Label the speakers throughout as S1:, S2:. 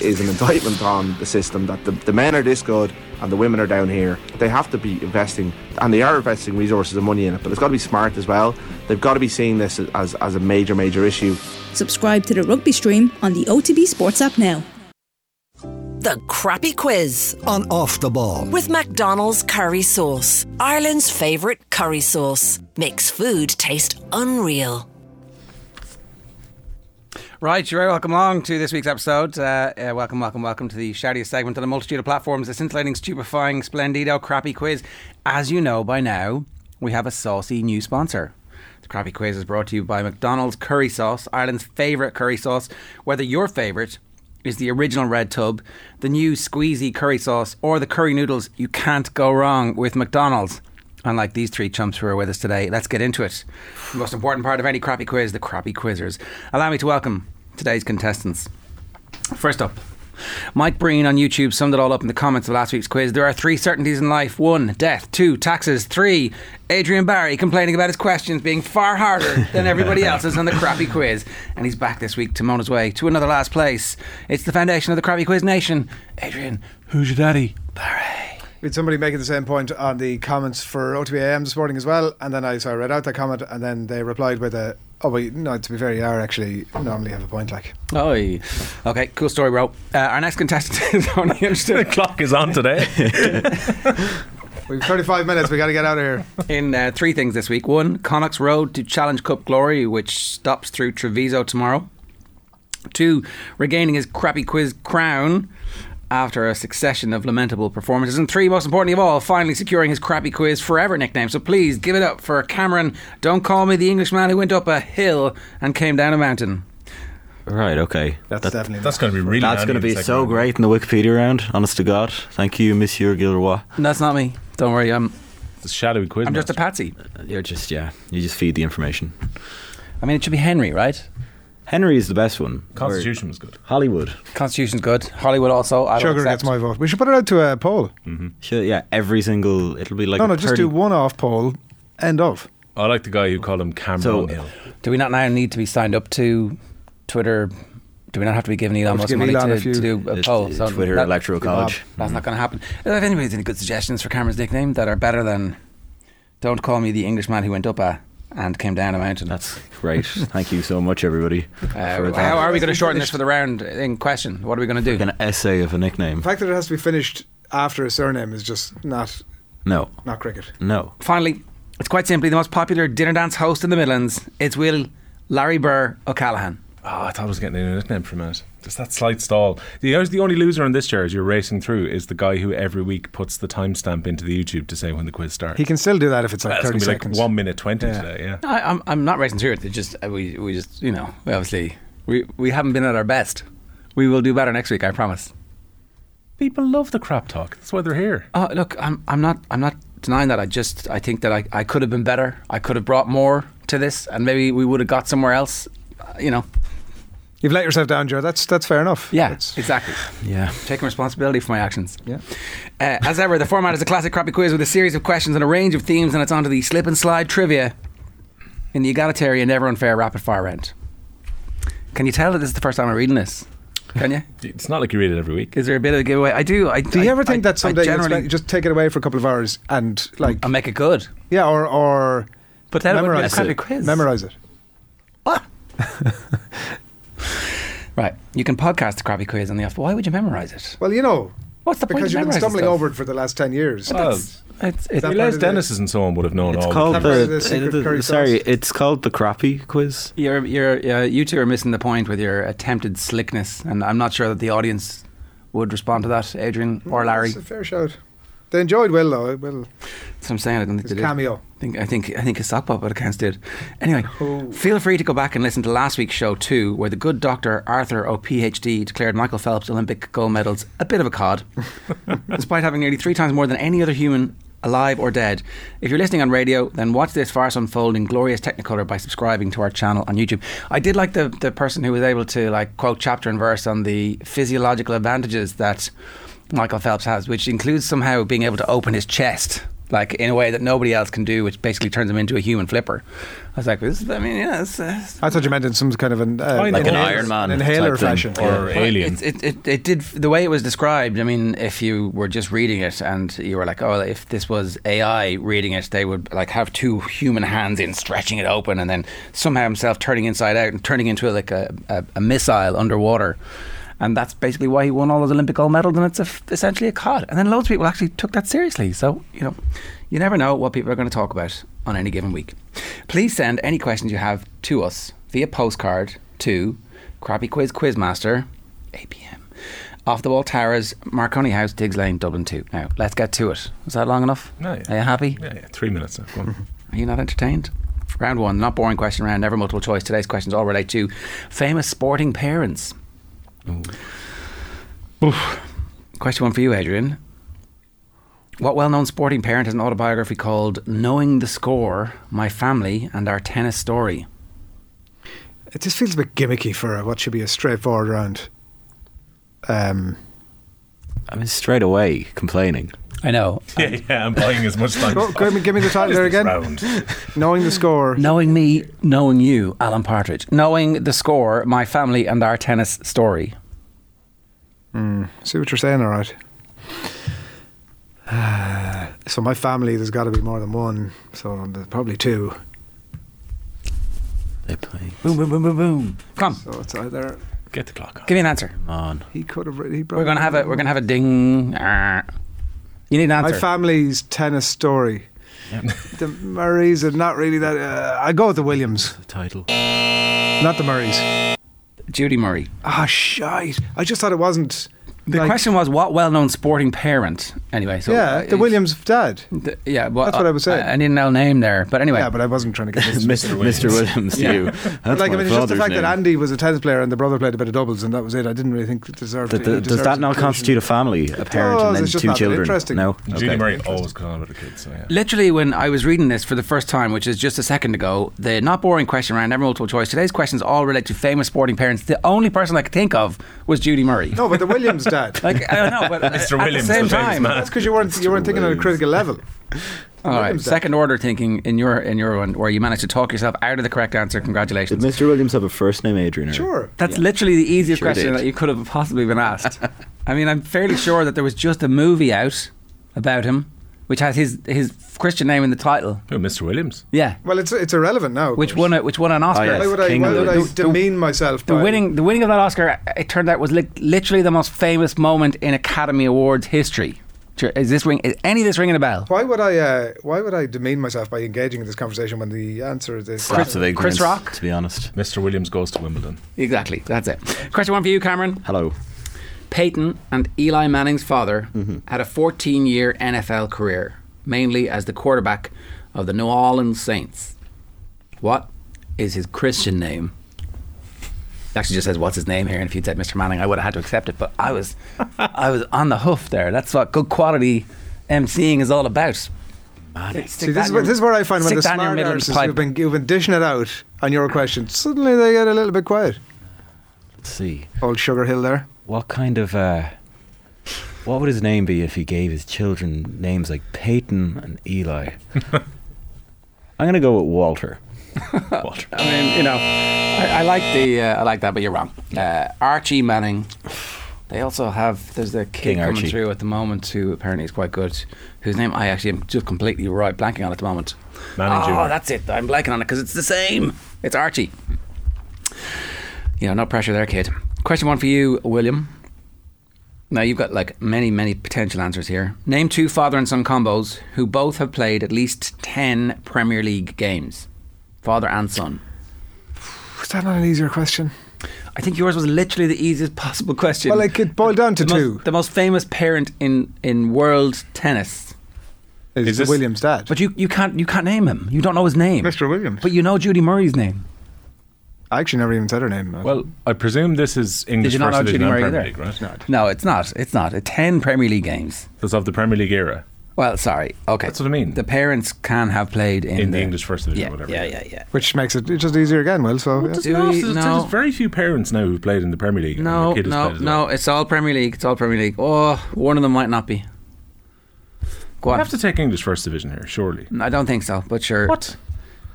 S1: is an indictment on the system that the, the men are this good and the women are down here. They have to be investing, and they are investing resources and money in it, but it's got to be smart as well. They've got to be seeing this as, as a major, major issue.
S2: Subscribe to the rugby stream on the OTB Sports app now.
S3: The Crappy Quiz
S4: on Off the Ball
S3: with McDonald's Curry Sauce, Ireland's favourite curry sauce. Makes food taste unreal.
S5: Right, you're very welcome along to this week's episode. Uh, uh, welcome, welcome, welcome to the shoutiest segment on a multitude of platforms, the scintillating, stupefying, splendido, crappy quiz. As you know by now, we have a saucy new sponsor. The Crappy Quiz is brought to you by McDonald's Curry Sauce, Ireland's favourite curry sauce. Whether your favourite is the original red tub, the new squeezy curry sauce, or the curry noodles, you can't go wrong with McDonald's. Unlike these three chumps who are with us today, let's get into it. The most important part of any crappy quiz, the crappy quizzers. Allow me to welcome today's contestants. First up, Mike Breen on YouTube summed it all up in the comments of last week's quiz. There are three certainties in life one, death, two, taxes, three, Adrian Barry complaining about his questions being far harder than everybody else's on the crappy quiz. And he's back this week to moan his way to another last place. It's the foundation of the crappy quiz nation. Adrian, who's your daddy? Barry.
S6: We had somebody making the same point on the comments for OTBAM this morning as well, and then I so I read out that comment, and then they replied with a, "Oh, wait, no, to be fair, you are actually normally have a point like."
S5: Oi. Okay, cool story, bro. Uh, our next contestant is only
S7: The
S5: interested
S7: clock is on today.
S6: We've 35 minutes. We got to get out of here.
S5: in uh, three things this week. One, Connacht's Road to Challenge Cup Glory, which stops through Treviso tomorrow. Two, regaining his crappy quiz crown after a succession of lamentable performances. And three, most importantly of all, finally securing his crappy quiz forever nickname. So please give it up for Cameron. Don't call me the Englishman who went up a hill and came down a mountain.
S8: Right, okay.
S6: That's
S8: That-
S6: definitely
S7: That's going to be really.
S8: that's
S7: handy
S8: going to
S7: in the
S8: be
S7: second
S8: so
S7: round.
S8: great in the Wikipedia round, honest to God. Thank you, Monsieur Gilroy.
S5: That's not me. Don't worry, I'm,
S7: It's a shadowy quiz.
S5: I'm just a
S7: master.
S5: patsy.
S8: You're just, yeah, you just feed the information.
S5: I mean, it should be Henry, right?
S8: Henry is the best one.
S7: Constitution was good.
S8: Or Hollywood.
S5: Constitution's good. Hollywood also. I will
S6: Sugar
S5: accept.
S6: gets my vote. We should put it out to a poll.
S8: Sure, yeah, every single, it'll be like
S6: no,
S8: a
S6: no, just
S8: 30
S6: do one off poll. End of.
S7: I like the guy who called him Cameron
S8: So-
S7: Hill.
S5: Do we not now need to be signed up to Twitter? Do we not have to be giving Elon
S6: Let's
S5: Musk
S6: give
S5: money
S6: Elon
S5: to,
S6: a few-
S5: to do a
S8: Just,
S5: poll?
S8: uh,
S5: So
S8: Twitter
S5: that-
S8: Electoral College.
S5: That's not going to happen. If anybody's any good suggestions for Cameron's nickname that are better than "Don't call me the Englishman who went up a and came down a mountain,"
S8: That's great. Thank you so much, everybody. for
S5: uh,
S8: that.
S5: how are we going to shorten this for the round in question? What are we going to do?
S8: An essay of a nickname.
S6: The fact that it has to be finished after a surname is just not
S8: No,
S6: not cricket.
S8: no.
S5: Finally, it's quite simply the most popular dinner dance host in the Midlands. It's Will Larry Burr O'Callaghan.
S7: Oh, I thought I was getting a new nickname for a minute. Just that slight stall. The, the only loser in this chair as you're racing through is the guy who every week puts the timestamp into the YouTube to say when the quiz starts.
S6: He can still do that if it's like
S7: That's
S6: 30
S7: going to be like
S6: seconds.
S7: 1 minute 20
S6: Yeah.
S7: today, yeah.
S5: I, I'm I'm not racing through it. It's just uh, we we just you know we obviously we we haven't been at our best. We will do better next week. I promise.
S7: People love the crap talk. That's why they're here.
S5: Oh look, I'm I'm not I'm not denying that. I just I think that I I could have been better. I could have brought more to this, and maybe we would have got somewhere else. Uh, you know.
S6: You've let yourself down, Joe. That's that's fair enough.
S5: Yeah.
S6: That's-
S5: Exactly.
S8: Yeah.
S5: Taking responsibility for my actions.
S6: Yeah.
S5: Uh, as ever, the format is a classic crappy quiz with a series of questions and a range of themes, and it's onto the slip and slide trivia in the egalitarian, never unfair rapid fire round. Can you tell that this is the first time I'm reading this? Can you?
S7: It's not like you read it every week.
S5: Is there a bit of a giveaway? I do. I,
S6: Do you ever think that someday you'll
S5: generally
S6: spend- just take it away for a couple of hours and like
S5: I'll make it good?
S6: yeah, or or
S5: But then it would be a
S6: memorize
S5: crappy
S6: it.
S5: quiz.
S6: Memorize it.
S5: Right. You can podcast the crappy quiz on the off. Why would you memorize it?
S6: Well, you know,
S5: What's the point of
S6: because you've been
S5: memorising
S6: stumbling
S5: stuff?
S6: over it for the last ten years.
S7: Well,
S5: It's, it's,
S6: That
S7: you
S6: part
S7: Les
S6: of the-
S7: Dennis and so on would have known
S8: It's
S7: all.
S8: called
S6: That
S8: the,
S6: part of the secret
S8: the-
S6: curry
S8: sorry.
S6: sauce.
S8: It's called the crappy quiz.
S5: you're, you're, uh, you two are missing the point with your attempted slickness, and I'm not sure that the audience would respond to that, Adrian or Larry.
S6: It's a fair shout. They enjoyed Will though. Will
S5: That's what I'm saying. I don't think
S6: his
S5: they did.
S6: cameo.
S5: I think I think I think his sock pop accounts did. Anyway, feel free to go back and listen to last week's show too, where the good doctor Arthur O PhD declared Michael Phelps Olympic gold medals a bit of a cod, despite having nearly three times more than any other human alive or dead. If you're listening on radio, then watch this farce unfold in glorious technicolor by subscribing to our channel on YouTube. I did like the the person who was able to like quote chapter and verse on the physiological advantages that Michael Phelps has, which includes somehow being able to open his chest. like in a way that nobody else can do, which basically turns him into a human flipper. I was like, this, is- I mean, yeah, it's, it's,
S6: I thought you meant in some kind of an uh,
S7: Like an Iron
S8: Man
S6: inhaler
S8: type thing.
S6: fashion.
S7: or
S5: Well,
S7: Alien.
S5: It, it, it, it did the way it was described. I mean, if you were just reading it and you were like, "Oh, if this was AI reading it, they would like have two human hands in stretching it open, and then somehow himself turning inside out and turning into like a, a, a missile underwater." And that's basically why he won all those Olympic gold medals, and it's a, essentially a cod. And then loads of people actually took that seriously. So you know, you never know what people are going to talk about on any given week. Please send any questions you have to us via postcard to Crappy Quiz Quizmaster 8 p.m. Off the wall towers, Marconi House, Diggs Lane, Dublin 2. Now, let's get to it. Was that long enough?
S7: No, yeah.
S5: Are you happy?
S7: Yeah, yeah, three minutes. now, Go on.
S5: Are you not entertained? Round one, not boring question round, never multiple choice. Today's questions all relate to famous sporting parents. Oof. Question one for you, Adrian. What well known sporting parent has an autobiography called Knowing the Score, My Family, and Our Tennis Story?
S6: It just feels a bit gimmicky for what should be a straightforward round. Um,
S8: I mean, straight away complaining.
S5: I know.
S7: Yeah, yeah, I'm buying as much time.
S6: go,
S7: as
S6: go, give me- give me the title there
S7: this
S6: again.
S7: round.
S6: Knowing the score.
S5: Knowing me, knowing you, Alan Partridge. Knowing the score, my family, and our tennis story.
S6: See what you're saying, all right. so my family, there's got to be more than one. So there's probably two.
S8: They play.
S5: Boom, boom, boom, boom, boom. Come,
S6: So it's either
S7: Get the clock on.
S5: give me an answer.
S8: Come on.
S6: he could have. He
S5: We're gonna have a we're gonna have a ding. Arr. You need an
S6: My
S5: answer.
S6: family's tennis story. The Murrays are not really that. Uh, I go with the Williams,
S8: The title.
S6: not the Murrays.
S5: Judy Murray.
S6: Ah, shite! I just thought it wasn't.
S5: The
S6: like-
S5: question was what well-known sporting parent. Anyway, so
S6: Yeah, the
S5: uh,
S6: Williams dad.
S5: the- yeah, well, uh,
S6: That's what I was saying.
S5: I, I need an L name there, but anyway.
S6: Yeah, but I wasn't trying to get this.
S8: Mr. Mr. Williams, you. That's
S6: like, I
S8: my
S6: mean, it's just the
S8: father's
S6: fact that
S8: name.
S6: Andy was a tennis player and the brother played a bit of doubles, and that was it. I didn't really think it deserved.
S8: Th-
S6: it.
S8: th-
S6: He
S8: does
S6: deserved
S8: that not
S6: inclusion.
S8: constitute a family? A parent
S6: does,
S8: and
S6: Oh,
S8: then
S6: it's just
S8: two
S6: not that
S8: children.
S6: interesting.
S8: No.
S7: Judy
S8: Okay.
S7: Murray always comes on with the kids. So yeah.
S5: Literally, when I was reading this for the first time, which is just a second ago, the not boring question round, never multiple choice. Today's questions all relate to famous sporting parents. The only person I could think of was Judy Murray.
S6: No, but the Williams dad.
S5: Like I don't know, but
S7: Mr.
S5: at
S7: Williams,
S5: the same
S7: the famous
S5: time,
S7: man.
S6: That's because you weren't you weren't thinking on a critical level.
S5: all right.
S6: Williams,
S5: Second order thinking in your in your one, where you managed to talk yourself out of the correct answer.
S8: Did
S5: Congratulations.
S8: Mr. Williams have a first name, Adrian? or-
S6: Sure.
S5: That's literally the easiest
S8: Sure
S5: question
S8: did.
S5: that you could have possibly been asked. I mean, I'm fairly sure that there was just a movie out about him, which has his his Christian name in the title.
S7: Who, Mr. Williams.
S5: Yeah,
S6: Well, it's it's irrelevant now. of
S5: which
S6: course.
S5: won a, which won an Oscar.
S8: yeah.
S6: Why would I,
S8: King
S6: why would I
S8: Louis.
S6: demean myself?
S5: The
S6: by-
S5: winning the winning of that Oscar, it turned out was li- literally the most famous moment in Academy Awards history. Sure, Is this ring? Is any of this ringing a bell?
S6: Why would I? Uh, why would I demean myself by engaging in this conversation when the answer is this?
S8: Perhaps of ignorance,
S5: Chris Rock?
S8: To be honest.
S7: Mr. Williams goes to Wimbledon.
S5: Exactly. That's it. Question one for you, Cameron.
S8: Hello.
S5: Peyton and Eli Manning's father
S6: Mm-hmm.
S5: had a 14 year NFL career, mainly as the quarterback of the New Orleans Saints. What is his Christian name? It actually just says what's his name here, and if you'd said Mr. Manning, I would have had to accept it. But I was, I was on the hoof there. That's what good quality emceeing is all about.
S6: See, this is, where, this is where I find when the smart artists who've been, who've been dishing it out on your question, suddenly they get a little bit quiet.
S8: Let's see.
S6: Old Sugar Hill there.
S8: What kind of. Uh, what would his name be if he gave his children names like Peyton and Eli? I'm going to go with Walter.
S7: Walter.
S5: I mean, you know, I, I like the uh, I like that, but you're wrong. Uh, Archie Manning. They also have there's a kid
S8: King
S5: coming
S8: Archie.
S5: through at the moment who apparently is quite good, whose name I actually am just completely right blanking on at the moment.
S7: Manning
S5: oh,
S7: Jr..
S5: that's it. I'm blanking on it because it's the same. It's Archie. You know, no pressure there, kid. Question one for you, William. Now you've got like many, many potential answers here. Name two father and son combos who both have played at least ten Premier League games. Father and son.
S6: Was that not an easier question?
S5: I think yours was literally the easiest possible question.
S6: Well, it could boil down to
S5: the
S6: two.
S5: Most, the most famous parent in, in world tennis,
S6: Is,
S7: Is
S6: the
S7: this-
S6: Williams dad?
S5: but you, you can't you can't name him. You don't know his name,
S6: Mr. Williams.
S5: But you know Judy Murray's name.
S6: I actually never even said her name. man.
S7: Well, I presume this is English
S5: you not
S7: First
S5: know
S7: Division
S5: Judy
S7: and
S5: Murray
S7: Premier
S5: either?
S7: League, right?
S5: No, it's not. It's not. Uh, Ten Premier League games.
S7: That's of the Premier League era.
S5: Well, sorry. Okay,
S7: That's what I mean.
S5: The parents can have played in,
S7: In the English First Division
S5: Yeah,
S7: or whatever.
S5: yeah, yeah, yeah.
S6: which makes it just easier again. Will so yeah.
S7: There's,
S5: Do
S7: not-
S5: we-
S7: there's-
S5: no.
S7: there's very few parents now who've played in the Premier League. and
S5: No,
S7: their kid has
S5: no,
S7: played as
S5: no.
S7: well.
S5: It's all Premier League. It's all Premier League. Oh, one of them might not be. Go
S7: We
S5: on.
S7: have to take English first division here, surely.
S5: I don't think so, but sure.
S7: What?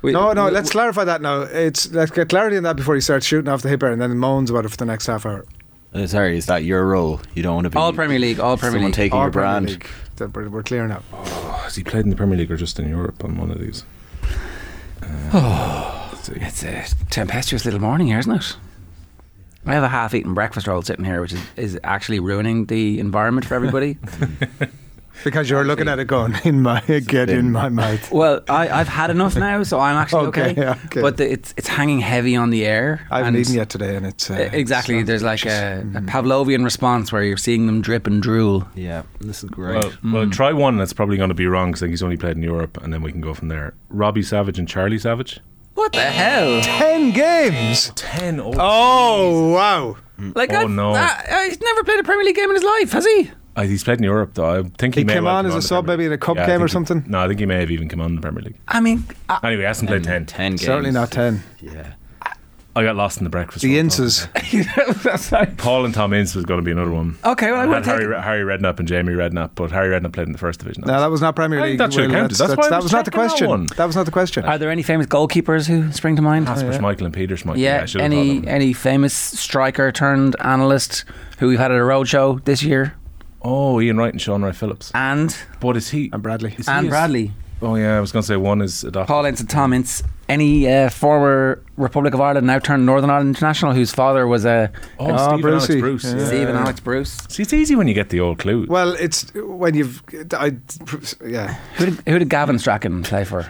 S5: We-
S6: No, no.
S5: we-
S6: Let's clarify that now. It's let's get clarity on that before he starts shooting off the hip air and then moans about it for the next half hour.
S8: Uh, Sorry, is that your role? You don't want to be
S5: All Premier League, all Premier
S8: someone
S5: League.
S8: taking
S6: Or
S8: your
S6: Premier
S8: brand.
S6: League. That We're, we're clear now.
S7: Oh, Has he played in the Premier League or just in Europe on one of these? Uh, let's see.
S5: It's a tempestuous little morning here, isn't it? I have a half-eaten breakfast roll sitting here, which is, is actually ruining the environment for everybody.
S6: Because you're looking at it going in my get in my mouth.
S5: well, I, I've had enough now, so I'm actually okay.
S6: Okay, okay.
S5: But the, it's it's hanging heavy on the air.
S6: I haven't
S5: and-
S6: eaten yet today, and it's uh,
S7: e,
S5: Uh, Exactly.
S6: it's-
S5: There's like a, a Pavlovian response where you're seeing them drip and drool.
S8: Yeah, this is great.
S7: Well,
S5: Mm.
S7: well, try one that's probably going to be wrong because I think he's only played in Europe, and then we can go from there. Robbie Savage and Charlie Savage.
S5: What the hell?
S6: ten games.
S7: Ten. Oh,
S6: Oh wow!
S5: Like,
S7: Oh,
S5: I've-
S7: no.
S5: I- I- he's never played a Premier League game in his life, has he?
S7: Uh, he's played in Europe though. I think he,
S6: He
S7: may
S6: came
S7: well
S6: on
S7: have
S6: as
S7: been
S6: a sub
S7: Premier
S6: maybe in a
S7: League.
S6: cup
S7: I
S6: game
S7: think
S6: or
S7: he-
S6: something?
S7: no, I think he may have even come on the Premier League.
S5: I mean, I,
S7: Anyway, he hasn't played ten.
S8: Ten games.
S6: Certainly not ten.
S8: Yeah.
S7: I got lost in the breakfast.
S6: The
S7: roll,
S6: Inces.
S5: sorry.
S7: though. Paul and Tom Ince was going to be another one.
S5: Okay, well, I
S7: I
S5: would
S7: had
S5: take
S7: Harry,
S5: it.
S7: Re- Harry Redknapp and Jamie Redknapp, but Harry Redknapp played in the first division.
S6: No, that was not Premier
S7: I think
S6: League.
S7: that should have
S6: Will.
S7: counted. That's why I
S6: that
S7: was
S6: was not the
S7: checking that
S6: question.
S7: one.
S6: That, was not the question.
S5: Are there any famous goalkeepers who spring to mind?
S7: Casper Schmeichel and Peter Schmeichel. I
S5: yeah,
S7: should have thought of
S5: any
S7: him.
S5: any famous striker turned analyst who we've had at a roadshow this year,
S7: Oh, Ian Wright and Sean Wright Phillips.
S5: and
S7: What is he?
S6: and Bradley.
S7: Is he
S5: Ah. and
S7: a-
S5: Bradley,
S7: Oh yeah, I was going to say one is adopted.
S5: Paul Ince and Tom Ince, any uh, former Republic of Ireland now turned Northern Ireland international whose father was a
S7: Oh,
S6: Ah,
S7: Steve and Alex
S6: Brucey.
S7: Bruce.
S6: Yeah.
S5: Stephen Alex Bruce.
S7: See, it's easy when you get the old clue.
S6: Well, it's when you've. I, yeah,
S5: Who did, who did Gavin Strachan play for?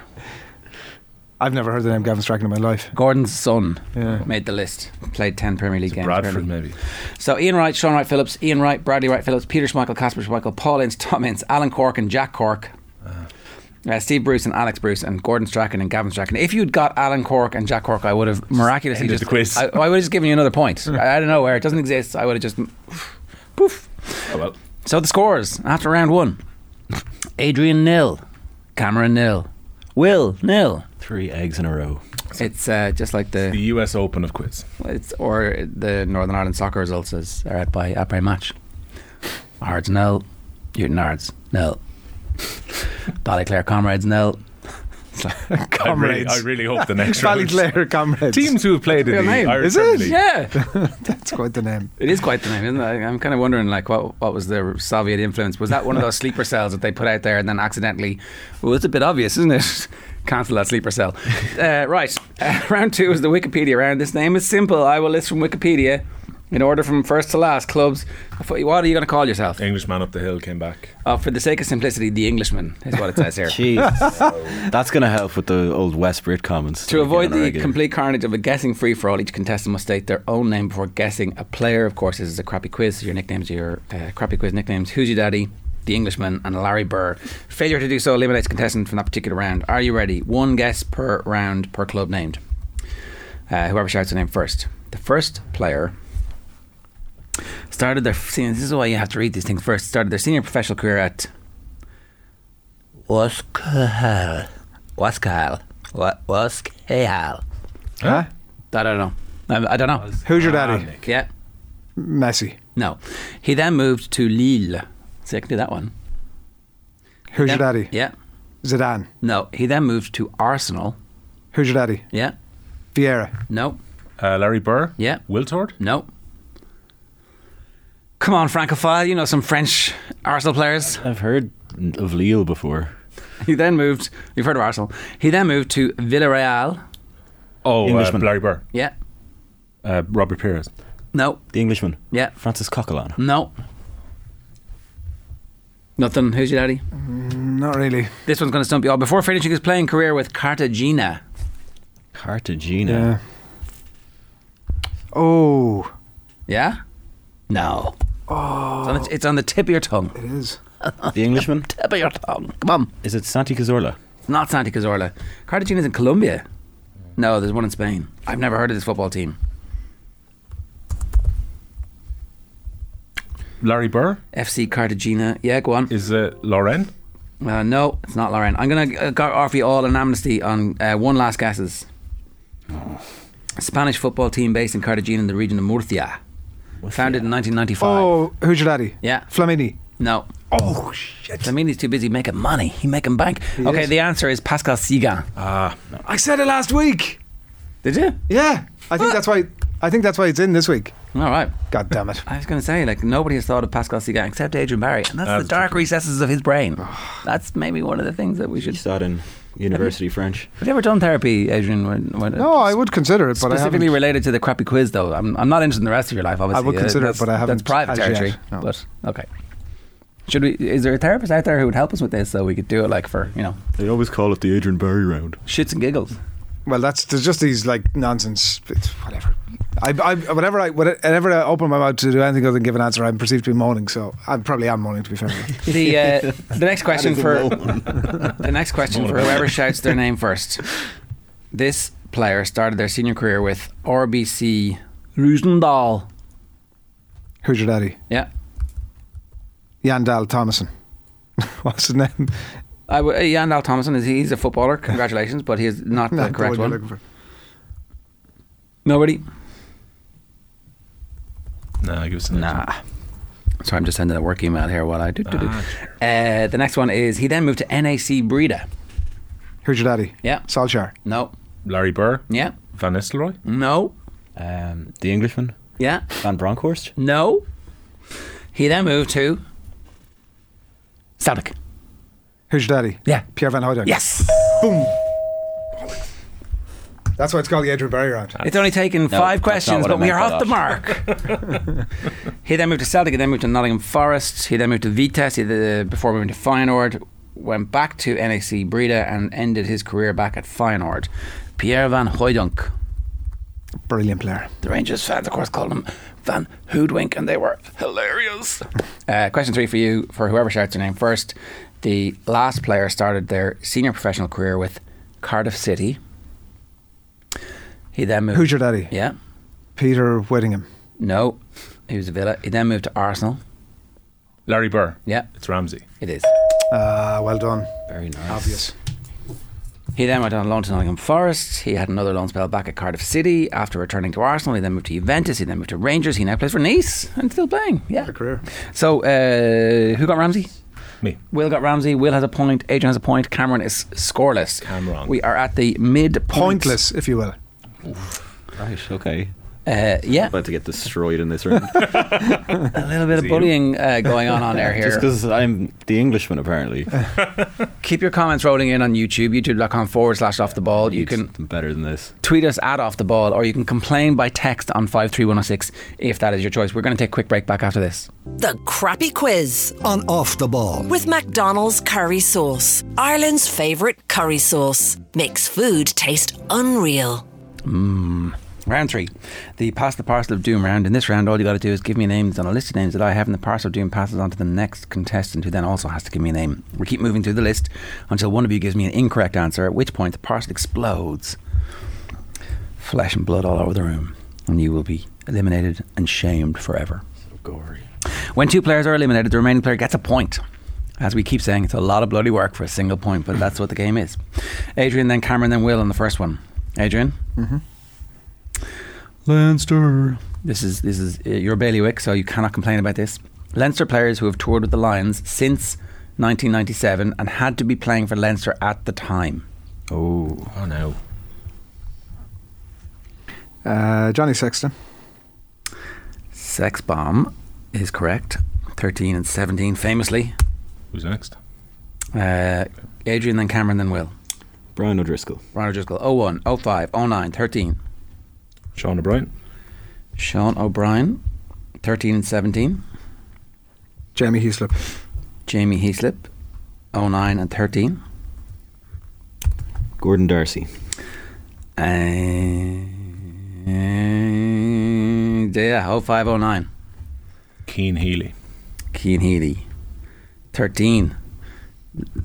S6: I've never heard the name Gavin Strachan in my life.
S5: Gordon's son
S6: Yeah.
S5: made the list. Played ten Premier League games.
S7: Bradford,
S5: apparently.
S7: maybe.
S5: So Ian Wright, Sean Wright Phillips, Ian Wright, Bradley Wright Phillips, Peter Schmeichel, Casper Schmeichel, Paul Ince, Tom Ince, Alan Cork, and Jack Cork. Uh, Steve Bruce and Alex Bruce and Gordon Strachan and Gavin Strachan. If you'd got Alan Cork and Jack Cork, I would have miraculously
S7: Ended
S5: just
S7: the quiz.
S5: I, I would have just given you another point. I, I don't know where it doesn't exist. I would have just poof.
S7: Oh well.
S5: So the scores after round one: Adrian nil, Cameron nil, Will nil.
S8: Three eggs in a row.
S5: It's uh, just like the
S7: The US Open of quiz.
S5: It's or the Northern Ireland soccer results as are out by après match. Hards nil, Newton Hards nil, Ballyclare comrades nil.
S6: Comrades.
S7: I really, I really hope the next round.
S6: Ballyclare comrades.
S7: Teams who have played in the
S5: Real name.
S7: Irish
S6: Is
S7: Premier
S6: it?
S7: League.
S5: Yeah,
S6: That's quite the name.
S5: it is quite the name, isn't it? I- I'm kind of wondering like what what was the Soviet influence? Was that one of those sleeper cells that they put out there and then accidentally? Well, it's a bit obvious, isn't it? Cancel that sleeper cell. Uh, right, uh, round two is the Wikipedia round. This name is simple. I will list from Wikipedia in order from first to last. Clubs. What are you going to call yourself?
S7: Englishman up the hill came back.
S5: Uh, for the sake of simplicity, the Englishman is what it says here.
S8: Jeez. That's going to help with the old West Brit comments.
S5: To
S8: that we get
S5: avoid
S8: on our
S5: the
S8: game.
S5: complete carnage of a guessing free for all, each contestant must state their own name before guessing a player. Of course, this is a crappy quiz. so Your nicknames are your uh, crappy quiz nicknames. Who's your daddy? The Englishman and Larry Burr. Failure to do so eliminates contestant from that particular round. Are you ready? One guess per round per club named. Uh, whoever shouts the name first. The first player started their senior. This is why you have to read these things first. Started their senior professional career at Waskahal. Waskahal. Wa- Waskahal.
S6: Huh?
S5: I don't know. Um, I, I don't know.
S6: Who's your
S7: Ah,
S6: daddy?
S5: Yeah.
S6: Messi.
S5: No. He then moved to Lille. See, I can do that one.
S6: Who's your
S5: Then-
S6: daddy?
S5: Yeah.
S6: Zidane.
S5: No. He then moved to Arsenal.
S6: Who's your daddy?
S5: Yeah.
S6: Vieira.
S5: No.
S7: Uh, Larry Burr.
S5: Yeah.
S7: Wiltord.
S5: No. Come on, Francophile. You know some French Arsenal players.
S8: I've heard of Lille before.
S5: He then moved. You've heard of Arsenal. He then moved to Villarreal.
S7: Oh, uh,
S8: Englishman.
S7: Larry Burr.
S5: Yeah.
S7: Uh, Robert Pires.
S5: No.
S8: The Englishman.
S5: Yeah.
S8: Francis Coquelin.
S5: No. Nothing. Who's your daddy?
S6: Not really.
S5: This one's going to stump you all. Before finishing his playing career with Cartagena,
S8: Cartagena.
S6: Yeah. Oh,
S5: Yeah? No. Oh. It's on, the, it's on the tip of your tongue.
S6: it is.
S8: The Englishman?
S5: Tip of your tongue. Come on.
S8: Is it Santi Cazorla?
S5: It's not Santa Cazorla. Cartagena's in Colombia. No, there's one in Spain. I've never heard of this football team.
S7: Larry Burr
S5: FC Cartagena. Yeah, go on.
S7: is uh, Lauren.
S5: Uh, no, it's not Lauren. I'm going to uh, go- offer you all an amnesty on uh, one last guesses. Spanish football team based in Cartagena in the region of Murcia. Founded in 1995.
S6: Oh, who's your daddy?
S5: Yeah.
S6: Flamini.
S5: No. Oh shit! I mean, he's too busy making money. He making bank. okay,
S6: is. Ah.
S5: the answer is Pascal Sigan.
S6: I said it last week.
S5: Did you?
S6: Yeah, I think that's why. I think that's why it's in this week.
S5: All right.
S6: God damn it!
S5: I was going to say, like, nobody has thought of Pascal Sigan except Adrian Barry, and that's, the dark recesses of his brain.
S6: Ah.
S5: That's maybe one of the things that we should.
S8: Just that in university French.
S5: Have you ever done therapy, Adrian? When, when
S6: No, I would consider it, but I
S5: specifically
S6: haven't.
S5: related to the crappy quiz, though. I'm, I'm not interested in the rest of your life, obviously. Uh,
S6: would consider it,
S5: that's-
S6: but I haven't
S5: That's private
S6: as yet,
S5: territory.
S6: no.
S5: But okay. Should we? Is there a therapist out there who would help us with this, so we could do it like for you know
S8: They always call it the Adrian Barry round.
S5: shits and giggles?
S6: well, that's there's just these like nonsense. It's whatever. I, I whenever I whenever I open my mouth to do anything other than give an answer, I'm perceived to be moaning. So I probably am moaning to be fair.
S5: The uh, the next question
S8: is a
S5: for
S8: low
S5: the next question for whoever shouts their name first. This player started their senior career with RBC Roosendaal.
S6: Who's your daddy?
S5: Yeah,
S6: Yandal Thomason. What's his name?
S5: I w- uh, Yandal Thomason is he's a footballer. Congratulations, but he is not the
S6: the
S5: correct
S6: you're
S5: one.
S6: looking for.
S5: Nobody.
S7: Nah, give us an
S5: Nah. Sorry, I'm just sending a work email here while I do. do, do.
S7: Ah,
S5: Uh, the next one is he then moved to NAC Breda.
S6: Who's your daddy?
S5: Yeah.
S6: Solskjaer.
S5: No.
S7: Larry Burr,
S5: Yeah.
S7: Van Nistelrooy,
S5: No.
S8: Um, the Englishman,
S5: Yeah.
S8: Van Bronckhorst.
S5: No. He then moved to Celtic.
S6: Who's your daddy?
S5: Yeah.
S6: Pierre Van Hooydonk.
S5: Yes.
S6: That's why it's called the Adrian Barry round.
S5: It's only taken five
S8: that's not
S5: questions,
S8: what I
S5: but we
S8: meant
S5: are
S8: by
S5: off the
S8: that.
S5: mark. he then moved to Celtic, he then moved to Nottingham Forest, he then moved to Vitesse he the, before moving to Feyenoord, went back to NAC Breda and ended his career back at Feyenoord. Pierre Van Hooydonk.
S6: Brilliant player.
S5: The Rangers fans, of course, called him Van Hoodwink, and they were hilarious. Uh, question three for you, for whoever shouts their name first. The last player started their senior professional career with Cardiff City. He then moved.
S6: Who's your daddy?
S5: Yeah.
S6: Peter Whittingham.
S5: No. He was a Villa. He then moved to Arsenal.
S7: Larry Burr.
S5: Yeah,
S7: It's Ramsey.
S5: it is.
S6: Ah, well done.
S8: Very nice.
S6: Obvious.
S5: He then went on loan to Nottingham Forest. He had another loan spell back at Cardiff City. After returning to Arsenal, he then moved to Juventus. He then moved to Rangers. He now plays for Nice and still playing. Yeah.
S6: What a career.
S5: So, uh, who got Ramsey?
S7: Me.
S5: Will got Ramsey. Will has a point. Adrian has a point. Cameron is scoreless.
S7: Cameron.
S5: We are at the mid
S6: Pointless, if you will.
S8: Right. Okay.
S5: Uh, yeah.
S8: About to get destroyed in this round.
S5: A little bit of
S7: you.
S5: bullying uh, going on on air here.
S8: Just because I'm the Englishman, apparently.
S5: Keep your comments rolling in on YouTube. YouTube.com forward slash off the ball. You can
S8: Something better than this.
S5: tweet us at off the ball or you can complain by text on 53106 if that is your choice. We're going to take a quick break back after this.
S3: The Crappy Quiz
S4: on Off the Ball.
S3: with McDonald's curry sauce. Ireland's favourite curry sauce. Makes food taste unreal.
S5: Round three, the pass the parcel of doom round. In this round, all you got to do is give me names on a list of names that I have, and the parcel of doom passes on to the next contestant, who then also has to give me a name. We keep moving through the list until one of you gives me an incorrect answer, at which point the parcel explodes, flesh and blood all over the room, and you will be eliminated and shamed forever.
S8: Gory.
S5: When two players are eliminated, the remaining player gets a point. As we keep saying, it's a lot of bloody work for a single point, but that's what the game is. Adrian, then Cameron, then Will on the first one. Adrian, Leinster. This is this is uh, your bailiwick, so you cannot complain about this. Leinster players who have toured with the Lions since 1997 and had to be playing for Leinster at the time.
S8: Oh.
S7: Oh no.
S6: Uh, Johnny Sexton.
S5: Sex bomb is correct. 13 and 17, famously.
S7: Who's next?
S5: Uh, Adrian, then Cameron, then Will. oh
S8: Brian O'Driscoll.
S5: Ron O'Driscoll, 01, 05, 09, 13.
S7: Sean O'Brien.
S5: Sean O'Brien, 13 and 17.
S6: Jamie Heaslip.
S5: Jamie Heaslip, 09 and 13.
S8: Gordon Darcy.
S5: And, yeah, 05, 09.
S7: Keen Healy.
S5: Keane Healy, 13.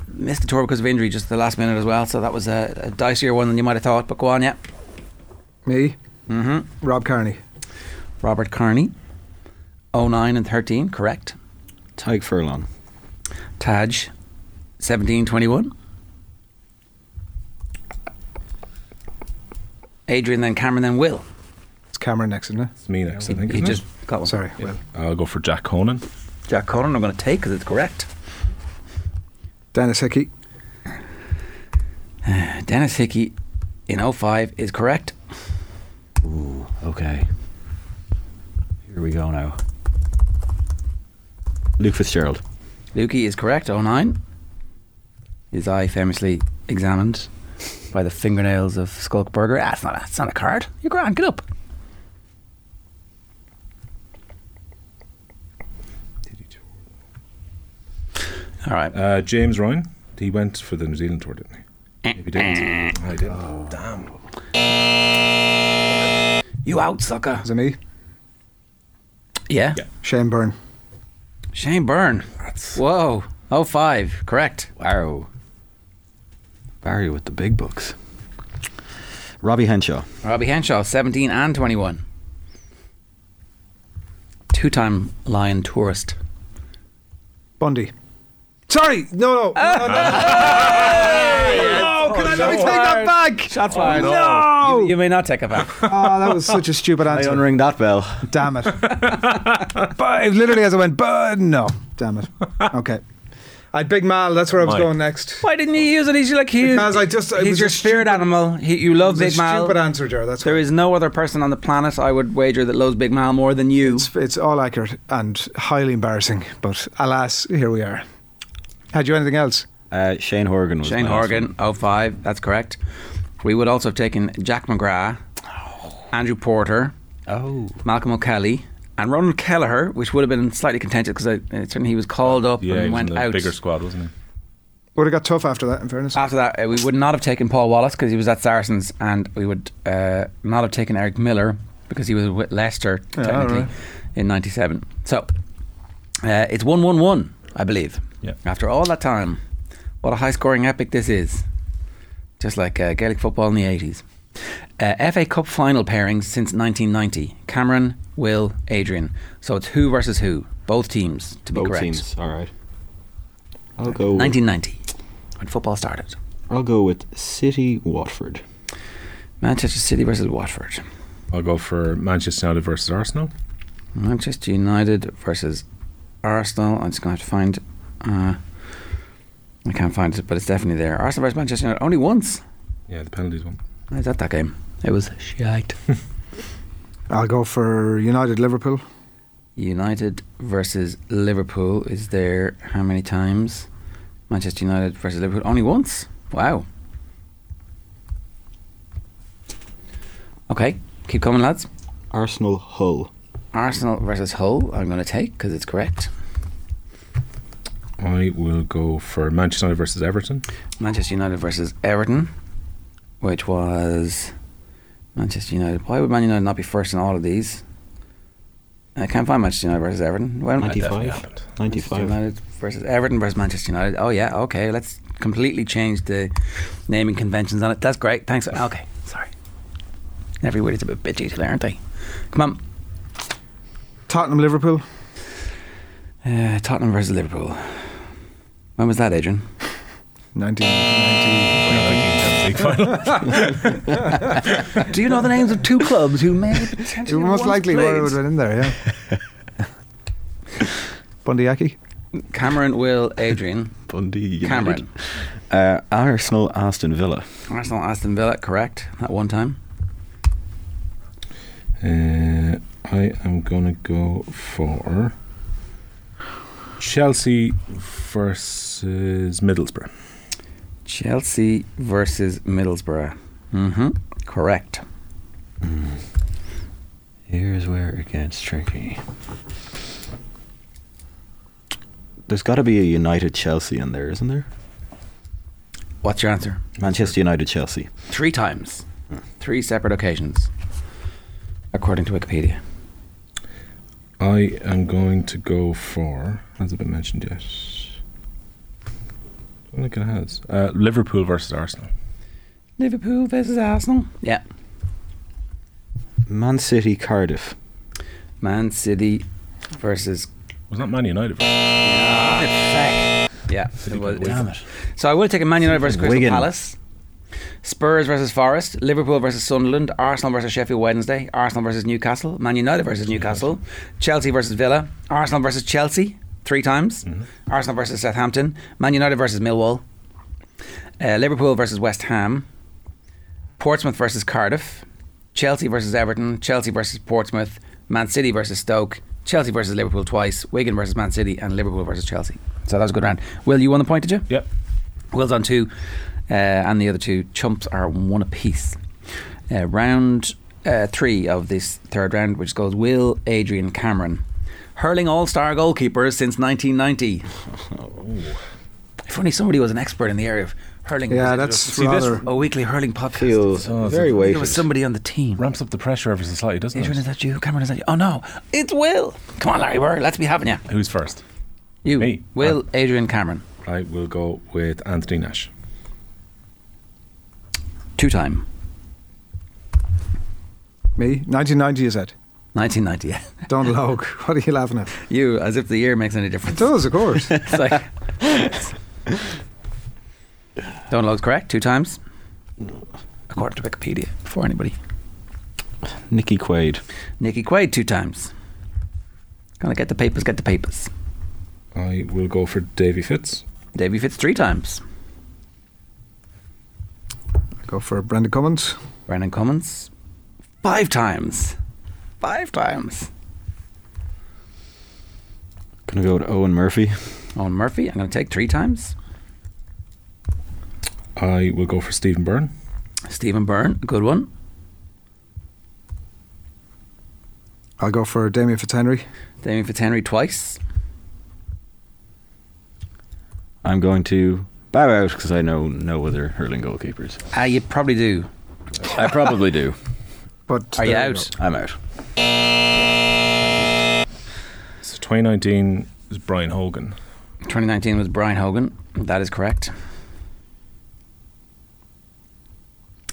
S5: Missed the tour because of injury just at the last minute as well, so that was a, a dicier one than you might have thought, but go on, yeah.
S6: Me. Mm-hmm. Rob Carney.
S5: Robert Carney, 09 and 13, correct.
S8: Tyke Furlong.
S5: Taj, 17, 21. Adrian, then Cameron, then Will.
S6: It's Cameron next, isn't it?
S7: It's me next, I think.
S5: He
S7: isn't
S5: just
S7: it?
S5: got one.
S6: Sorry, Will.
S7: I'll go for Jack Conan.
S5: Jack Conan, I'm going to take because it's correct.
S6: Dennis Hickey.
S5: Dennis Hickey in 05 is correct.
S8: Okay. Here we go now. Luke Fitzgerald.
S5: Lukey is correct, 09. His eye famously examined by the fingernails of Skulkberger. Ah, that's not a, that's not a card. You're grand, get up. All right.
S7: Uh, James Ryan. He went for the New Zealand tour, didn't he?
S5: Eh,
S7: If he didn't, I didn't. Damn.
S5: You out, sucker.
S6: Is it me?
S5: Yeah.
S7: Yeah.
S6: Shane Byrne.
S5: Shane Byrne. Whoa. 05, correct.
S8: Wow. Barry with the big books. Robbie Henshaw.
S5: Robbie Henshaw, 17 and 21. Two time Lion tourist.
S6: Bundy. Sorry, no, no, no, no.
S7: Oh, can I
S6: Let me take that back.
S5: Shots fired.
S6: Oh, No.
S5: You, you may not take it back.
S6: Oh, that was such a stupid
S8: I
S6: answer.
S8: unring that bell.
S6: Damn it. but literally as I went, but no. Damn it. Okay. I Big Mal, that's where I was
S7: Mike.
S6: going next.
S5: Why didn't you use it? He's like he's,
S6: Because I just- it
S5: he's
S6: was
S5: your
S6: a
S5: spirit
S6: stupid-
S5: animal. He, you love
S6: It was
S5: Big
S6: a
S5: Mal.
S6: Stupid answer, Jar. That's
S5: There is no other person on the planet I would wager that loves Big Mal more than you.
S6: It's, it's all accurate and highly embarrassing, but alas, here we are. Had you anything else?
S8: Uh, Shane Horgan was
S5: Shane
S8: my last
S5: Horgan, 05, that's correct. We would also have taken Jack McGrath,
S6: Oh.
S5: Andrew Porter,
S8: one. Oh.
S5: Malcolm O'Kelly, and Ronald Kelleher, which would have been slightly contentious because certainly he was called up
S7: Yeah, he
S5: and
S7: was in
S5: went
S7: the
S5: out.
S7: bigger squad, wasn't he?
S6: Would have got tough after that, in fairness.
S5: After that, uh, we would not have taken Paul Wallace because he was at Saracens, and we would uh, not have taken Eric Miller because he was with Leicester
S8: Oh,
S6: Yeah,
S5: technically
S6: alright.
S5: in '97. So uh, it's one-one-one, I believe.
S7: Yeah.
S5: After all that time, what a high-scoring epic this is! Just like uh, Gaelic football in the '80s. Uh, FA Cup final pairings since 1990: Cameron, Will, Adrian. So it's who versus who. Both teams to be
S8: Both
S5: correct.
S8: teams. All right. I'll go.
S5: 1990, when football started.
S8: I'll go with City Watford.
S5: Manchester City versus Watford.
S7: I'll go for Manchester United versus Arsenal.
S5: Manchester United versus Arsenal. I'm just going to have to find. Uh, I can't find it, but it's definitely there. Arsenal versus Manchester United only once.
S7: Yeah, the penalties one.
S5: I was at that game. It was shite.
S6: I'll go for United Liverpool.
S5: United versus Liverpool is there how many times? Manchester United versus Liverpool only once. Wow. Okay, keep coming, lads.
S8: Arsenal Hull.
S5: Arsenal versus Hull. I'm going to take because it's correct.
S7: I will go for Manchester United versus Everton.
S5: Manchester United versus Everton, which was Manchester United. Why would Man United not be first in all of these? I can't find Manchester United versus Everton. Why don't I-
S7: definitely
S8: 95.
S7: happened.
S5: Manchester
S8: 95.
S5: United versus Everton versus Manchester United. Oh yeah, okay. Let's completely change the naming conventions on it. That's great. Thanks. Okay, sorry. Everybody's a bit bitchy today, aren't they? Come
S6: Tottenham Liverpool.
S5: on, uh, Tottenham versus Liverpool. When was that, Adrian?
S6: 1990.
S7: Uh,
S5: Do you know the names of two clubs who may potentially have
S6: most
S5: once
S6: likely
S5: played?
S6: where it would have been in there, yeah. Bundyaki.
S5: Cameron, Will, Adrian,
S8: Bundy. United.
S5: Cameron.
S8: Uh, Arsenal Aston Villa.
S5: Arsenal, Aston Villa, correct. That one time.
S7: Uh, I am gonna go for Chelsea versus Middlesbrough.
S5: Chelsea versus Middlesbrough. Mm-hmm. Correct.
S8: Here's where it gets tricky. There's got to be a United Chelsea in there, isn't there?
S5: What's your answer?
S8: Manchester United Chelsea.
S5: Three times. Three separate occasions. According to Wikipedia.
S7: I am going to go for has it been mentioned yet? I don't think it has. Uh, Liverpool versus Arsenal.
S5: Liverpool versus Arsenal. Yeah.
S8: Man City Cardiff.
S5: Man City versus
S7: Was that Man United? versus-
S5: Yeah. It was,
S8: Damn it.
S5: so I will take a Man United versus Crystal
S8: Wigan.
S5: Palace. Spurs versus Forest, Liverpool versus Sunderland, Arsenal versus Sheffield Wednesday, Arsenal versus Newcastle, Man United versus Newcastle, Chelsea versus Villa, Arsenal versus Chelsea, three times.
S8: Mm-hmm.
S5: Arsenal versus Southampton. Man United versus Millwall. Uh, Liverpool versus West Ham. Portsmouth versus Cardiff. Chelsea versus Everton. Chelsea versus Portsmouth. Man City versus Stoke. Chelsea versus Liverpool twice. Wigan versus Man City and Liverpool versus Chelsea. So that was a good round. Will, you won the point, did you?
S7: Yep.
S5: Will's on two, uh, and the other two chumps are one apiece. Uh, round uh, three of this third round, which goes Will, Adrian, Cameron. Hurling all star goalkeepers since 1990. If only somebody was an expert in the area of hurling.
S6: Yeah,
S5: Because
S6: that's
S7: See, this-
S6: rather-
S5: a weekly hurling podcast.
S8: Feels
S7: Oh,
S8: very
S7: it's-
S5: there
S8: weighty.
S5: was somebody on the team.
S7: Ramps up the pressure ever so slightly, doesn't
S5: Adrian, is
S7: it?
S5: that you? Cameron, is that you? Oh no, it's Will. Come on, Larry, Burr, let's be having you.
S7: Who's first?
S5: You,
S7: Me.
S5: Will, Adrian, Cameron,
S7: I will go with Anthony Nash.
S5: two time,
S6: Me? 1990, you said.
S5: 1990.
S6: Don't look. What are you laughing at?
S5: you, as if the year makes any difference.
S6: It does, of course.
S5: It's like. Donald Logue's correct two times, according to Wikipedia, before anybody.
S8: Nicky Quaid.
S5: Nikki Quaid two times. Gonna get the papers, get the papers.
S7: I will go for Davy Fitz.
S5: Davy Fitz three times.
S6: Go for Brenda Cummins.
S5: Brandon Cummins five times. Five times.
S8: Gonna go with Owen Murphy.
S5: Owen Murphy, I'm gonna take three times.
S7: I will go for Stephen Byrne.
S5: Stephen Byrne, a good one.
S6: I'll go for Damien Fitzhenry.
S5: Damien Fitzhenry twice.
S8: I'm going to bow out because I know no other hurling goalkeepers.
S5: Ah, you probably do.
S8: I probably do.
S6: But uh,
S5: Are you
S6: there we
S5: out?
S6: go.
S8: I'm out.
S7: So 2019 is Brian Hogan.
S5: 2019 was Brian Hogan. That is correct.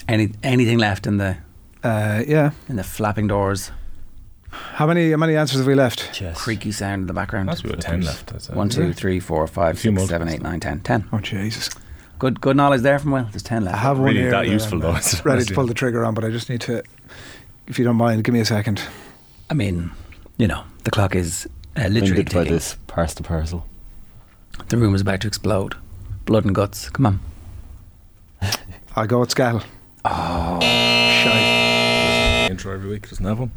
S5: Any anything left in the
S6: Uh, yeah.
S5: in the flapping doors?
S6: How many how many answers have we left?
S8: Yes.
S5: Creaky sound in the background.
S7: That's we got 10 left. That's it.
S5: One, two, three, four, five,
S7: A few
S5: six,
S7: more.
S5: seven, eight, nine, ten. Ten.
S6: Oh Jesus!
S5: Good, good knowledge there from Will. There's ten
S6: I
S5: left.
S6: have one
S7: Really
S6: here
S7: that
S6: I'm,
S7: useful, though.
S6: uh,
S7: It's
S6: Ready
S7: honestly-
S6: to pull the trigger on, but I just need to. If you don't mind, give me a second.
S5: I mean, you know, the clock is uh, literally
S8: Fingered by
S5: ticking.
S8: this parse to parcel.
S5: The room is about to explode. Blood and guts. Come on.
S6: I'll go with Scal. Oh,
S7: Intro every week doesn't have one.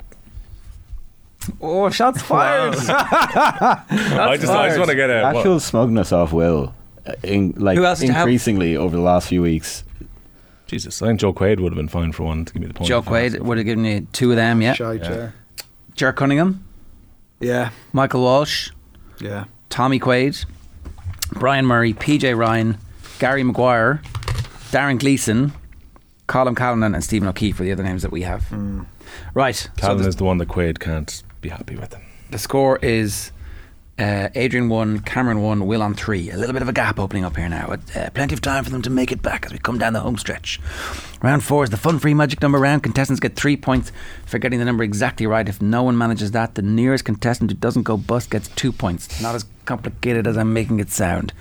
S5: Oh, shots fired!
S7: I just, I just want to get a
S8: Actual smugness of Will, uh, in, like
S5: Who else did you have?
S8: increasingly over the last few weeks.
S7: Jesus, I think Joe Quaid would have been fine for one to give me the point.
S5: Joe Quaid would have given you two of them. Yeah.
S6: shite.
S7: Yeah.
S6: Yeah.
S5: Jer Cunningham,
S6: yeah,
S5: Michael Walsh,
S6: yeah,
S5: Tommy Quaid, Brian Murray, PJ Ryan, Gary Maguire, Darren Gleeson, Colin Callanan, and Stephen O'Keefe are the other names that we have. Right.
S7: Callan
S5: so the,
S7: is the one that Quaid can't be happy with.
S5: the score is uh, Adrian 1, Cameron 1, Will on 3. A little bit of a gap opening up here now. Uh, plenty of time for them to make it back as we come down the home stretch. Round 4 is the fun free magic number round. Contestants get 3 points for getting the number exactly right. If no one manages that, the nearest contestant who doesn't go bust gets 2 points. Not as complicated as I'm making it sound.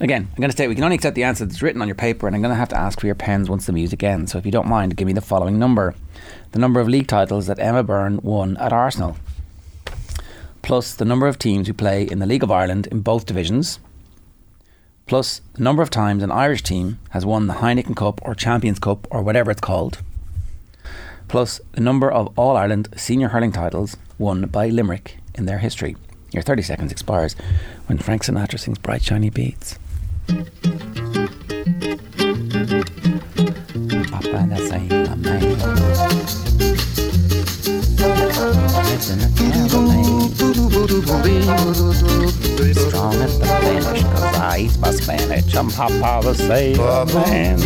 S5: Again, I'm going to say we can only accept the answer that's written on your paper, and I'm going to have to ask for your pens once the music ends. So if you don't mind, give me the following number the number of league titles that Emma Byrne won at Arsenal plus the number of teams who play in the League of Ireland in both divisions, plus the number of times an Irish team has won the Heineken Cup or Champions Cup or whatever it's called, plus the number of All Ireland senior hurling titles won by Limerick in their history. Your 30 seconds expires when Frank Sinatra sings Bright Shiny Beats. Papa, that's a young man. It's in a caramel. Strong at the finish, cause I eat my spinach. I'm Papa the Sailor Man.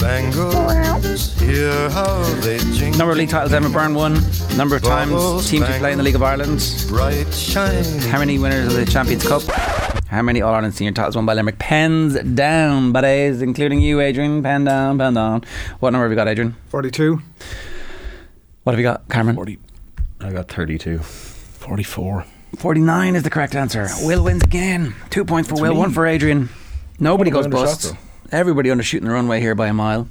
S4: Bangles, hear how they jingle.
S5: Number of league titles Emma Byrne won. Number of times teams who play in the League of Ireland.
S4: Bright shiny.
S5: How many winners of the Champions Cup? How many All Ireland senior titles won by Limerick? Pens down, buddies, including you, Adrian. Pen down, pen down. What number have you got, Adrian?
S6: forty-two.
S5: What have you got, Cameron?
S7: 40,
S8: I got 32.
S7: 44.
S5: 49 is the correct answer. Will wins again. Two points for Will, one for Adrian. Nobody goes
S7: Nobody undershot,
S5: bust. Everybody undershooting the runway here by a mile.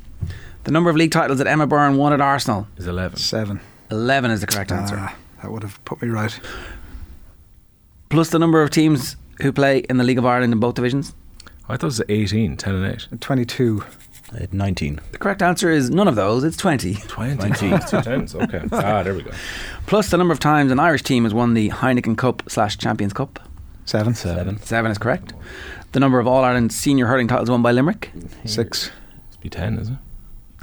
S5: The number of league titles that Emma Byrne won at Arsenal.
S7: Is 11.
S6: Seven.
S5: 11 is the correct answer.
S6: Ah, that would have put me right.
S5: Plus the number of teams who play in the League of Ireland in both divisions?
S7: I thought it was 18, 10 and 8.
S6: 22.
S8: At 19.
S5: The correct answer is none of those. It's 20.
S7: 20. 20. Two tens. Okay. Ah, there we go.
S5: Plus the number of times an Irish team has won the Heineken Cup slash Champions Cup.
S6: Seven.
S8: Seven.
S5: Seven is correct. The number of All Ireland senior hurling titles won by Limerick.
S6: Six
S7: It's be 10, is it?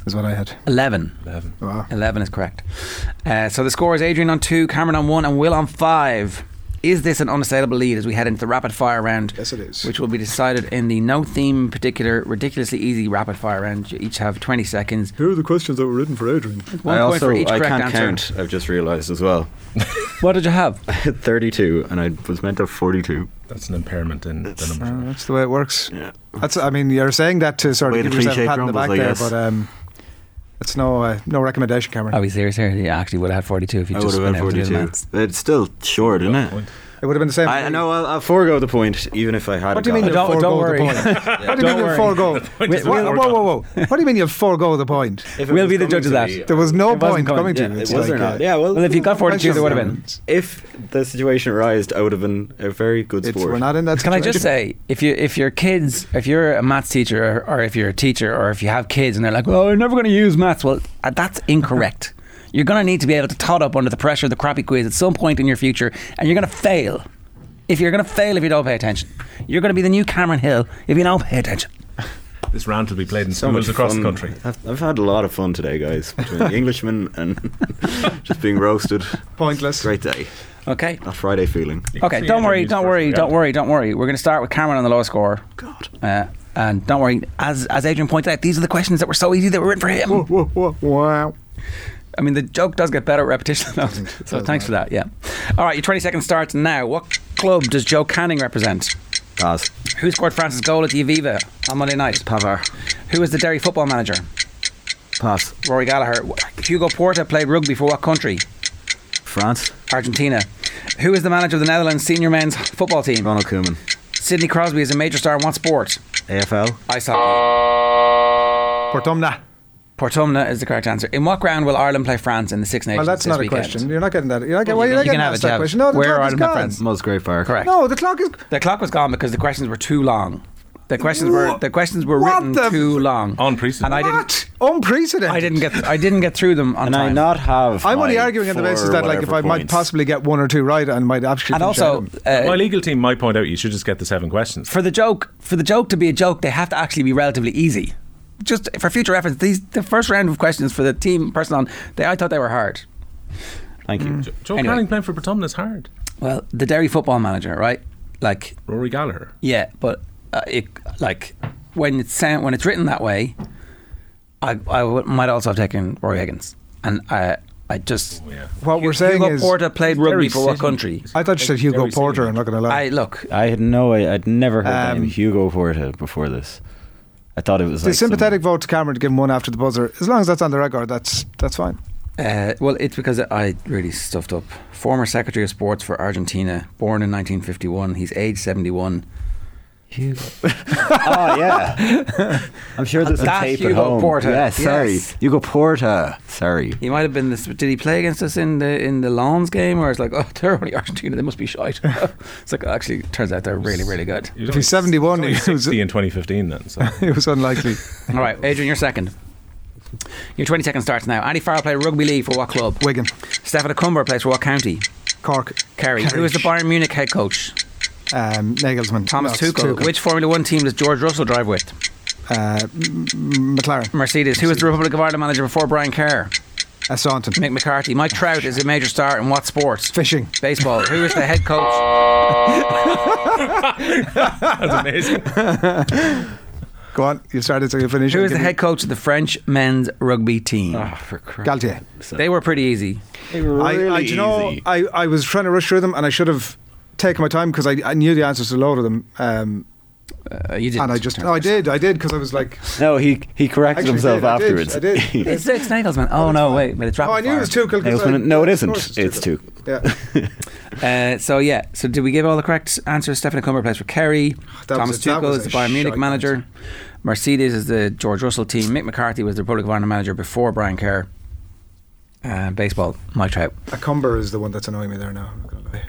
S6: is what I had.
S5: 11.
S7: 11.
S6: Wow.
S5: 11 is correct. Uh, so the score is Adrian on two, Cameron on one, and Will on five. Is this an unassailable lead as we head into the rapid fire round?
S6: Yes, it is.
S5: Which will be decided in the no theme, particular, ridiculously easy rapid fire round. You each have 20 seconds.
S6: Here are the questions that were written for Adrian.
S9: I
S5: One point
S9: also
S5: for each
S9: I
S5: correct
S9: can't
S5: answer.
S9: count. I've just realised as well.
S5: What did you have?
S9: I had 32, and I was meant to have 42.
S7: That's an impairment in the
S6: Uh,
S7: number.
S6: that's the way it works. That's. I mean, you're saying that to sort
S9: Way
S6: of
S9: to
S6: give yourself a
S9: appreciate
S6: pat in the back
S9: grumbles, I
S6: there,
S9: guess.
S6: but um, it's no uh, no recommendation, Cameron.
S5: I'll be serious here. You actually would have had 42 if you
S9: I would
S5: just
S9: have
S5: been
S9: had
S5: able to do the
S9: 42.
S5: maths.
S9: It's still short, isn't it?
S7: Point.
S6: it would have been the same.
S9: I, I know. I'll, I'll forego the point, even if I had.
S6: What do you
S9: got
S6: mean
S9: it.
S5: don't-
S6: you'll forego
S5: don't
S6: the
S5: worry.
S6: point? What do you mean
S5: Don't
S6: you'll
S5: worry.
S6: forego?
S7: point is
S6: Whoa,
S7: forego.
S6: whoa, whoa, whoa. What do you mean you'll forego the point?
S9: If it
S5: We'll
S9: was
S5: be the
S9: coming
S5: judge of
S9: to
S5: that.
S9: me,
S6: There was no
S5: It wasn't
S6: point coming to
S5: coming.
S6: you.
S9: Yeah,
S6: It's
S9: it was or
S6: like, uh,
S9: not. Yeah, well,
S5: Well, if you got 42, there would have been.
S6: It's-
S9: if the situation arised, I would have been a very good sport.
S6: we're not in that
S5: Can I just
S6: situation.
S5: say, if you if your kids, if you're a maths teacher, or, or if you're a teacher, or if you have kids, and they're like, "Well, I'm never going to use maths," well, uh, that's incorrect. you're going to need to be able to tot up under the pressure of the crappy quiz at some point in your future, and you're going to fail. If you're going to fail if you don't pay attention, you're going to be the new Cameron Hill if you don't pay attention.
S7: This rant will be played in
S9: So
S7: schools
S9: much
S7: across the
S9: fun.
S7: country.
S9: I've, I've had a lot of fun today, guys. Between the Englishman and just being roasted.
S6: pointless.
S9: Great day.
S5: Okay.
S9: That Friday feeling.
S7: You can
S5: Okay,
S7: see
S5: don't
S7: it
S5: worry,
S7: used
S5: don't
S7: for-
S5: worry,
S7: yeah.
S5: don't worry, don't worry. We're going to start with Cameron on the lowest score. God. Uh, and don't worry, as as Adrian pointed out, these are the questions that were so easy that were written for him.
S6: Whoa, whoa, wow.
S5: I mean, the joke does get better at repetition, though. So
S6: doesn't
S5: thanks for that. Yeah. All right, your 20 seconds starts now. What club does Joe Canning represent?
S9: As
S5: Who scored France's goal at the Aviva on Monday night?
S9: Pavar.
S5: Who is the Derry football manager?
S9: Pass.
S5: Rory Gallagher. Hugo Porta played rugby for what country?
S9: France.
S5: Argentina. Who is the manager of the Netherlands senior men's football team?
S9: Ronald Koeman.
S5: Sidney Crosby is a major star in what sport?
S9: AFL.
S5: Ice hockey.
S6: Portumna.
S5: Portumna is the correct answer. In what ground will Ireland play France in the Six Nations?
S6: Well, that's
S5: this
S6: not a
S5: weekend?
S6: question. You're not getting that. You're not, get-
S5: Well,
S6: well,
S5: you
S6: you're not
S5: can
S6: getting
S5: have
S6: asked
S5: it,
S6: that
S5: Jav.
S6: question. No, the
S5: Where
S6: clock
S5: are
S6: is
S5: Ireland and
S6: gone.
S5: France?
S9: Musgrave Bar.
S5: Correct.
S6: No, the clock is.
S5: The clock was gone because the questions were too long. The questions were the questions were
S6: What
S5: written
S6: the-
S5: too long.
S7: On precedent.
S5: And I didn't
S6: What? Unprecedented.
S5: I didn't get I didn't get through them on
S9: And I
S5: time.
S9: not have.
S6: I'm only
S9: my
S6: arguing on the
S9: four
S6: basis that, like, if
S9: whatever
S6: I might
S9: points.
S6: possibly get one or two right, I might actually.
S5: and
S6: finish
S5: also
S6: out of them.
S5: uh,
S7: My legal team might point out you should just get the seven questions.
S5: for the joke for the joke to be a joke, they have to actually be relatively easy. Just for future reference, these the first round of questions for the team person on they I thought they were hard.
S9: Thank
S5: Mm.
S9: you.
S7: Joe
S5: Anyway.
S7: Canning playing for Bertomna is hard.
S5: Well, the Derry football manager, right? Like
S7: Rory Gallagher.
S5: yeah, but uh, it like when it's sound, when it's written that way, I I would, might also have taken Roy Higgins, and I I just
S7: Oh, yeah.
S6: What
S5: Hu-
S6: we're saying
S5: Hugo
S6: is-
S5: Porter played
S7: Derry
S5: rugby for what
S7: City.
S5: country?
S6: I thought you said Hugo
S7: Very silly.
S6: Porter. I'm not going to lie.
S5: I look.
S8: I had no I I'd never heard the
S6: Um,
S8: name Hugo Porta before this. I thought it was
S6: the
S8: like some-
S6: sympathetic vote to Cameron to give him one after the buzzer. As long as that's on the record, that's that's fine.
S5: Uh, well, it's because I really stuffed up. Former Secretary of Sports for Argentina, born in 1951. He's age 71.
S8: Oh yeah. I'm sure there's
S5: That's
S8: a tape
S5: Hugo
S8: at home.
S5: Porta.
S8: Yeah, sorry.
S5: Yes.
S8: Hugo Porta. Sorry.
S5: He might have been this. Did he play against us in the in the Lawns game? Or it's like, oh, they're only Argentina. They must be shite. it's like actually, it turns out they're really, really good.
S7: If
S6: he's 71, he was-
S7: 60 in 2015 then. So.
S6: It was unlikely.
S5: All right, Adrian, you're second. Your 20 seconds starts now. Andy Farrell played rugby league for what club?
S6: Wigan,
S5: Stefan Acumber plays for what county?
S6: Cork,
S5: Kerry. Who is the Bayern Munich head coach?
S6: um, Nagelsmann,
S5: Thomas
S6: No, it's
S5: Tuchel. Which Formula One team does George Russell drive with?
S6: uh, M- M- McLaren,
S5: Mercedes. Who was the Republic of Ireland manager before Brian Kerr?
S6: uh, Staunton,
S5: Mick McCarthy. Mike Trout is a major star in what sports?
S6: Fishing,
S5: Baseball. Who is the head coach?
S7: That's amazing.
S6: Go on, you started so you finish.
S5: Who is the head coach of the French men's rugby team?
S6: Galtier.
S5: They were pretty easy.
S6: I, I, do you know, I, I was trying to rush through them and I should have taken my time because I, I knew the answers to a load of them. Um,
S5: Uh, you didn't.
S6: and I just, no, I did, I did because I was like,
S8: No, he he corrected
S6: Actually,
S8: himself
S6: I did,
S8: afterwards.
S6: I did, I did.
S5: It's, it's Nagelsmann. Oh no, wait, but it's rapid
S6: oh, I knew it was
S5: fire.
S6: Tuchel. 'cause
S8: Nagelsmann-
S6: I-
S8: no, it
S6: of
S8: isn't.
S6: course
S8: It's Tuchel.
S6: Yeah.
S5: Uh, so yeah, so did we give all the correct answers? Stefan Cumber plays for Kerry.
S6: That
S5: Thomas
S6: was a- that
S5: Tuchel
S6: was
S5: is the
S6: a
S5: Bayern Munich
S6: shite
S5: manager.
S6: answer.
S5: Mercedes is the George Russell team. Mick McCarthy was the Republic of Ireland manager before Brian Kerr. Uh, baseball, Mike Trout.
S6: A cumber is the one that's annoying me there now. I'm not gonna lie.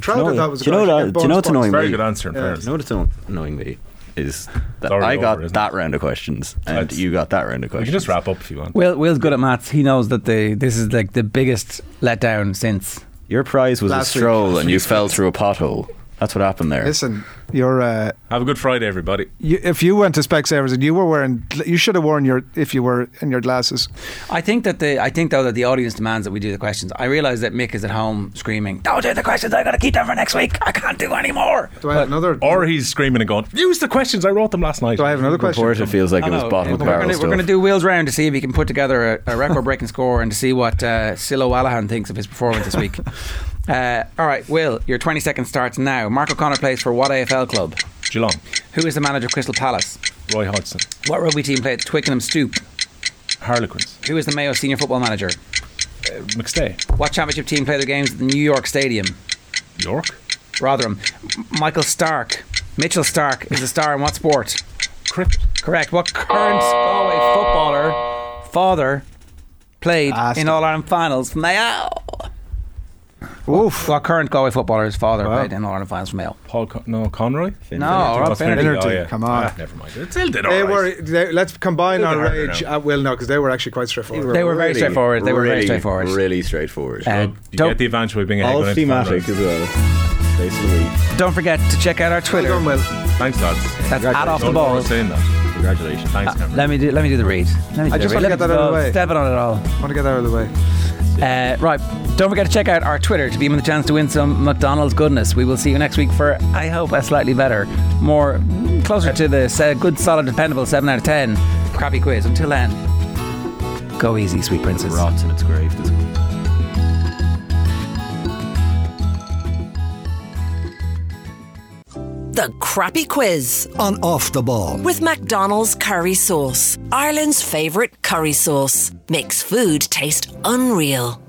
S6: Trout,
S8: No,
S6: I thought was a
S8: do you know
S6: good
S8: what-
S6: idea.
S8: do you
S6: Bonus
S8: know what's
S6: points.
S8: annoying
S7: Very
S8: Wait.
S7: good answer, in
S6: Yeah.
S7: fairness.
S9: You know what's so annoying me is that
S7: already
S9: I got
S7: over, isn't it?
S9: that round of questions and
S7: Let's-
S9: you got that round of
S7: We
S9: questions.
S7: can just wrap up if you want.
S5: Will Will's good at maths. He knows that the this is like the biggest letdown since.
S9: Your prize was
S6: Last
S9: a
S6: week.
S9: stroll and you fell through a pothole. That's what happened there.
S6: Listen, you're. Uh,
S7: Have a good Friday, everybody.
S6: you, if you went to Specsavers and you were wearing, gl- you should have worn your if you were in your glasses.
S5: I think that the I think though that the audience demands that we do the questions. I realise that Mick is at home screaming, "Don't do the questions! I gotta keep them for next week. I can't do any more."
S6: Do I have another?
S7: Or he's screaming and going, use the questions. I wrote them last night.
S6: do I have another question?
S9: Porter feels like it
S8: Oh,
S9: was bottom of
S5: we're
S9: barrel
S5: gonna,
S9: stuff.
S5: we're gonna do Will's round to see if he can put together a, a record-breaking score and to see what uh, Silo Allahan thinks of his performance this week. Uh, all right, Will, your 20 seconds starts now. Mark O'Connor plays for what AFL club?
S7: Geelong,
S5: Who is the manager of Crystal Palace?
S7: Roy Hodgson,
S5: What rugby team played at Twickenham Stoop?
S7: Harlequins,
S5: Who is the Mayo senior football manager?
S7: McStay,
S5: What championship team played their games at the New York Stadium?
S7: York,
S5: Rotherham. M- Michael Stark. Mitchell Stark is a star in what sport?
S7: Cricket,
S5: Correct. What current Galway footballer father played
S6: Aston.
S5: in All Ireland finals for Mayo?
S6: Oof.
S5: What current Galway footballer's father
S6: Wow.
S5: played in All Ireland finals for Mayo?
S7: Paul, Con- no, Conroy?
S5: No, Rob
S7: That's Finnerty.
S5: Finnerty.
S6: Finnerty,
S7: Oh, yeah.
S6: come on.
S7: Ah, never mind. It still did all
S6: They
S7: right.
S6: were. They, let's combine
S7: Little
S6: our
S7: bit harder
S6: rage
S7: now.
S6: at Will now because they were actually quite straightforward.
S5: They were very
S9: Really,
S5: straightforward. They were very
S9: really,
S5: straightforward.
S9: Really straightforward.
S5: Uh,
S7: You
S5: don't,
S7: get the advantage by being a
S9: All
S7: Hegel
S9: thematic as well. Place of the week.
S5: don't forget to check out our Twitter.
S6: Well done, Will.
S7: Thanks, lads.
S5: That's at off the
S7: Don't
S5: ball. Uh,
S7: saying that.
S9: Congratulations.
S7: Thanks, Cameron.
S5: Ah, Let me do. Let me do the read. Let me do
S6: I just
S5: the read.
S6: want
S5: Let me
S6: to get that out of the
S5: go
S6: way.
S5: Step it on it all.
S6: want to get that out of the way.
S5: Uh, right, don't forget to check out our Twitter to be in the chance to win some McDonald's goodness. We will see you next week for, I hope, a slightly better, more closer to the se- good, solid, dependable 7 out of 10 crappy quiz. Until then, go easy, sweet princess.
S9: Rots in its grave this week.
S3: The Crappy Quiz
S10: on Off the Ball.
S3: with McDonald's curry sauce, Ireland's favourite curry sauce. Makes food taste unreal.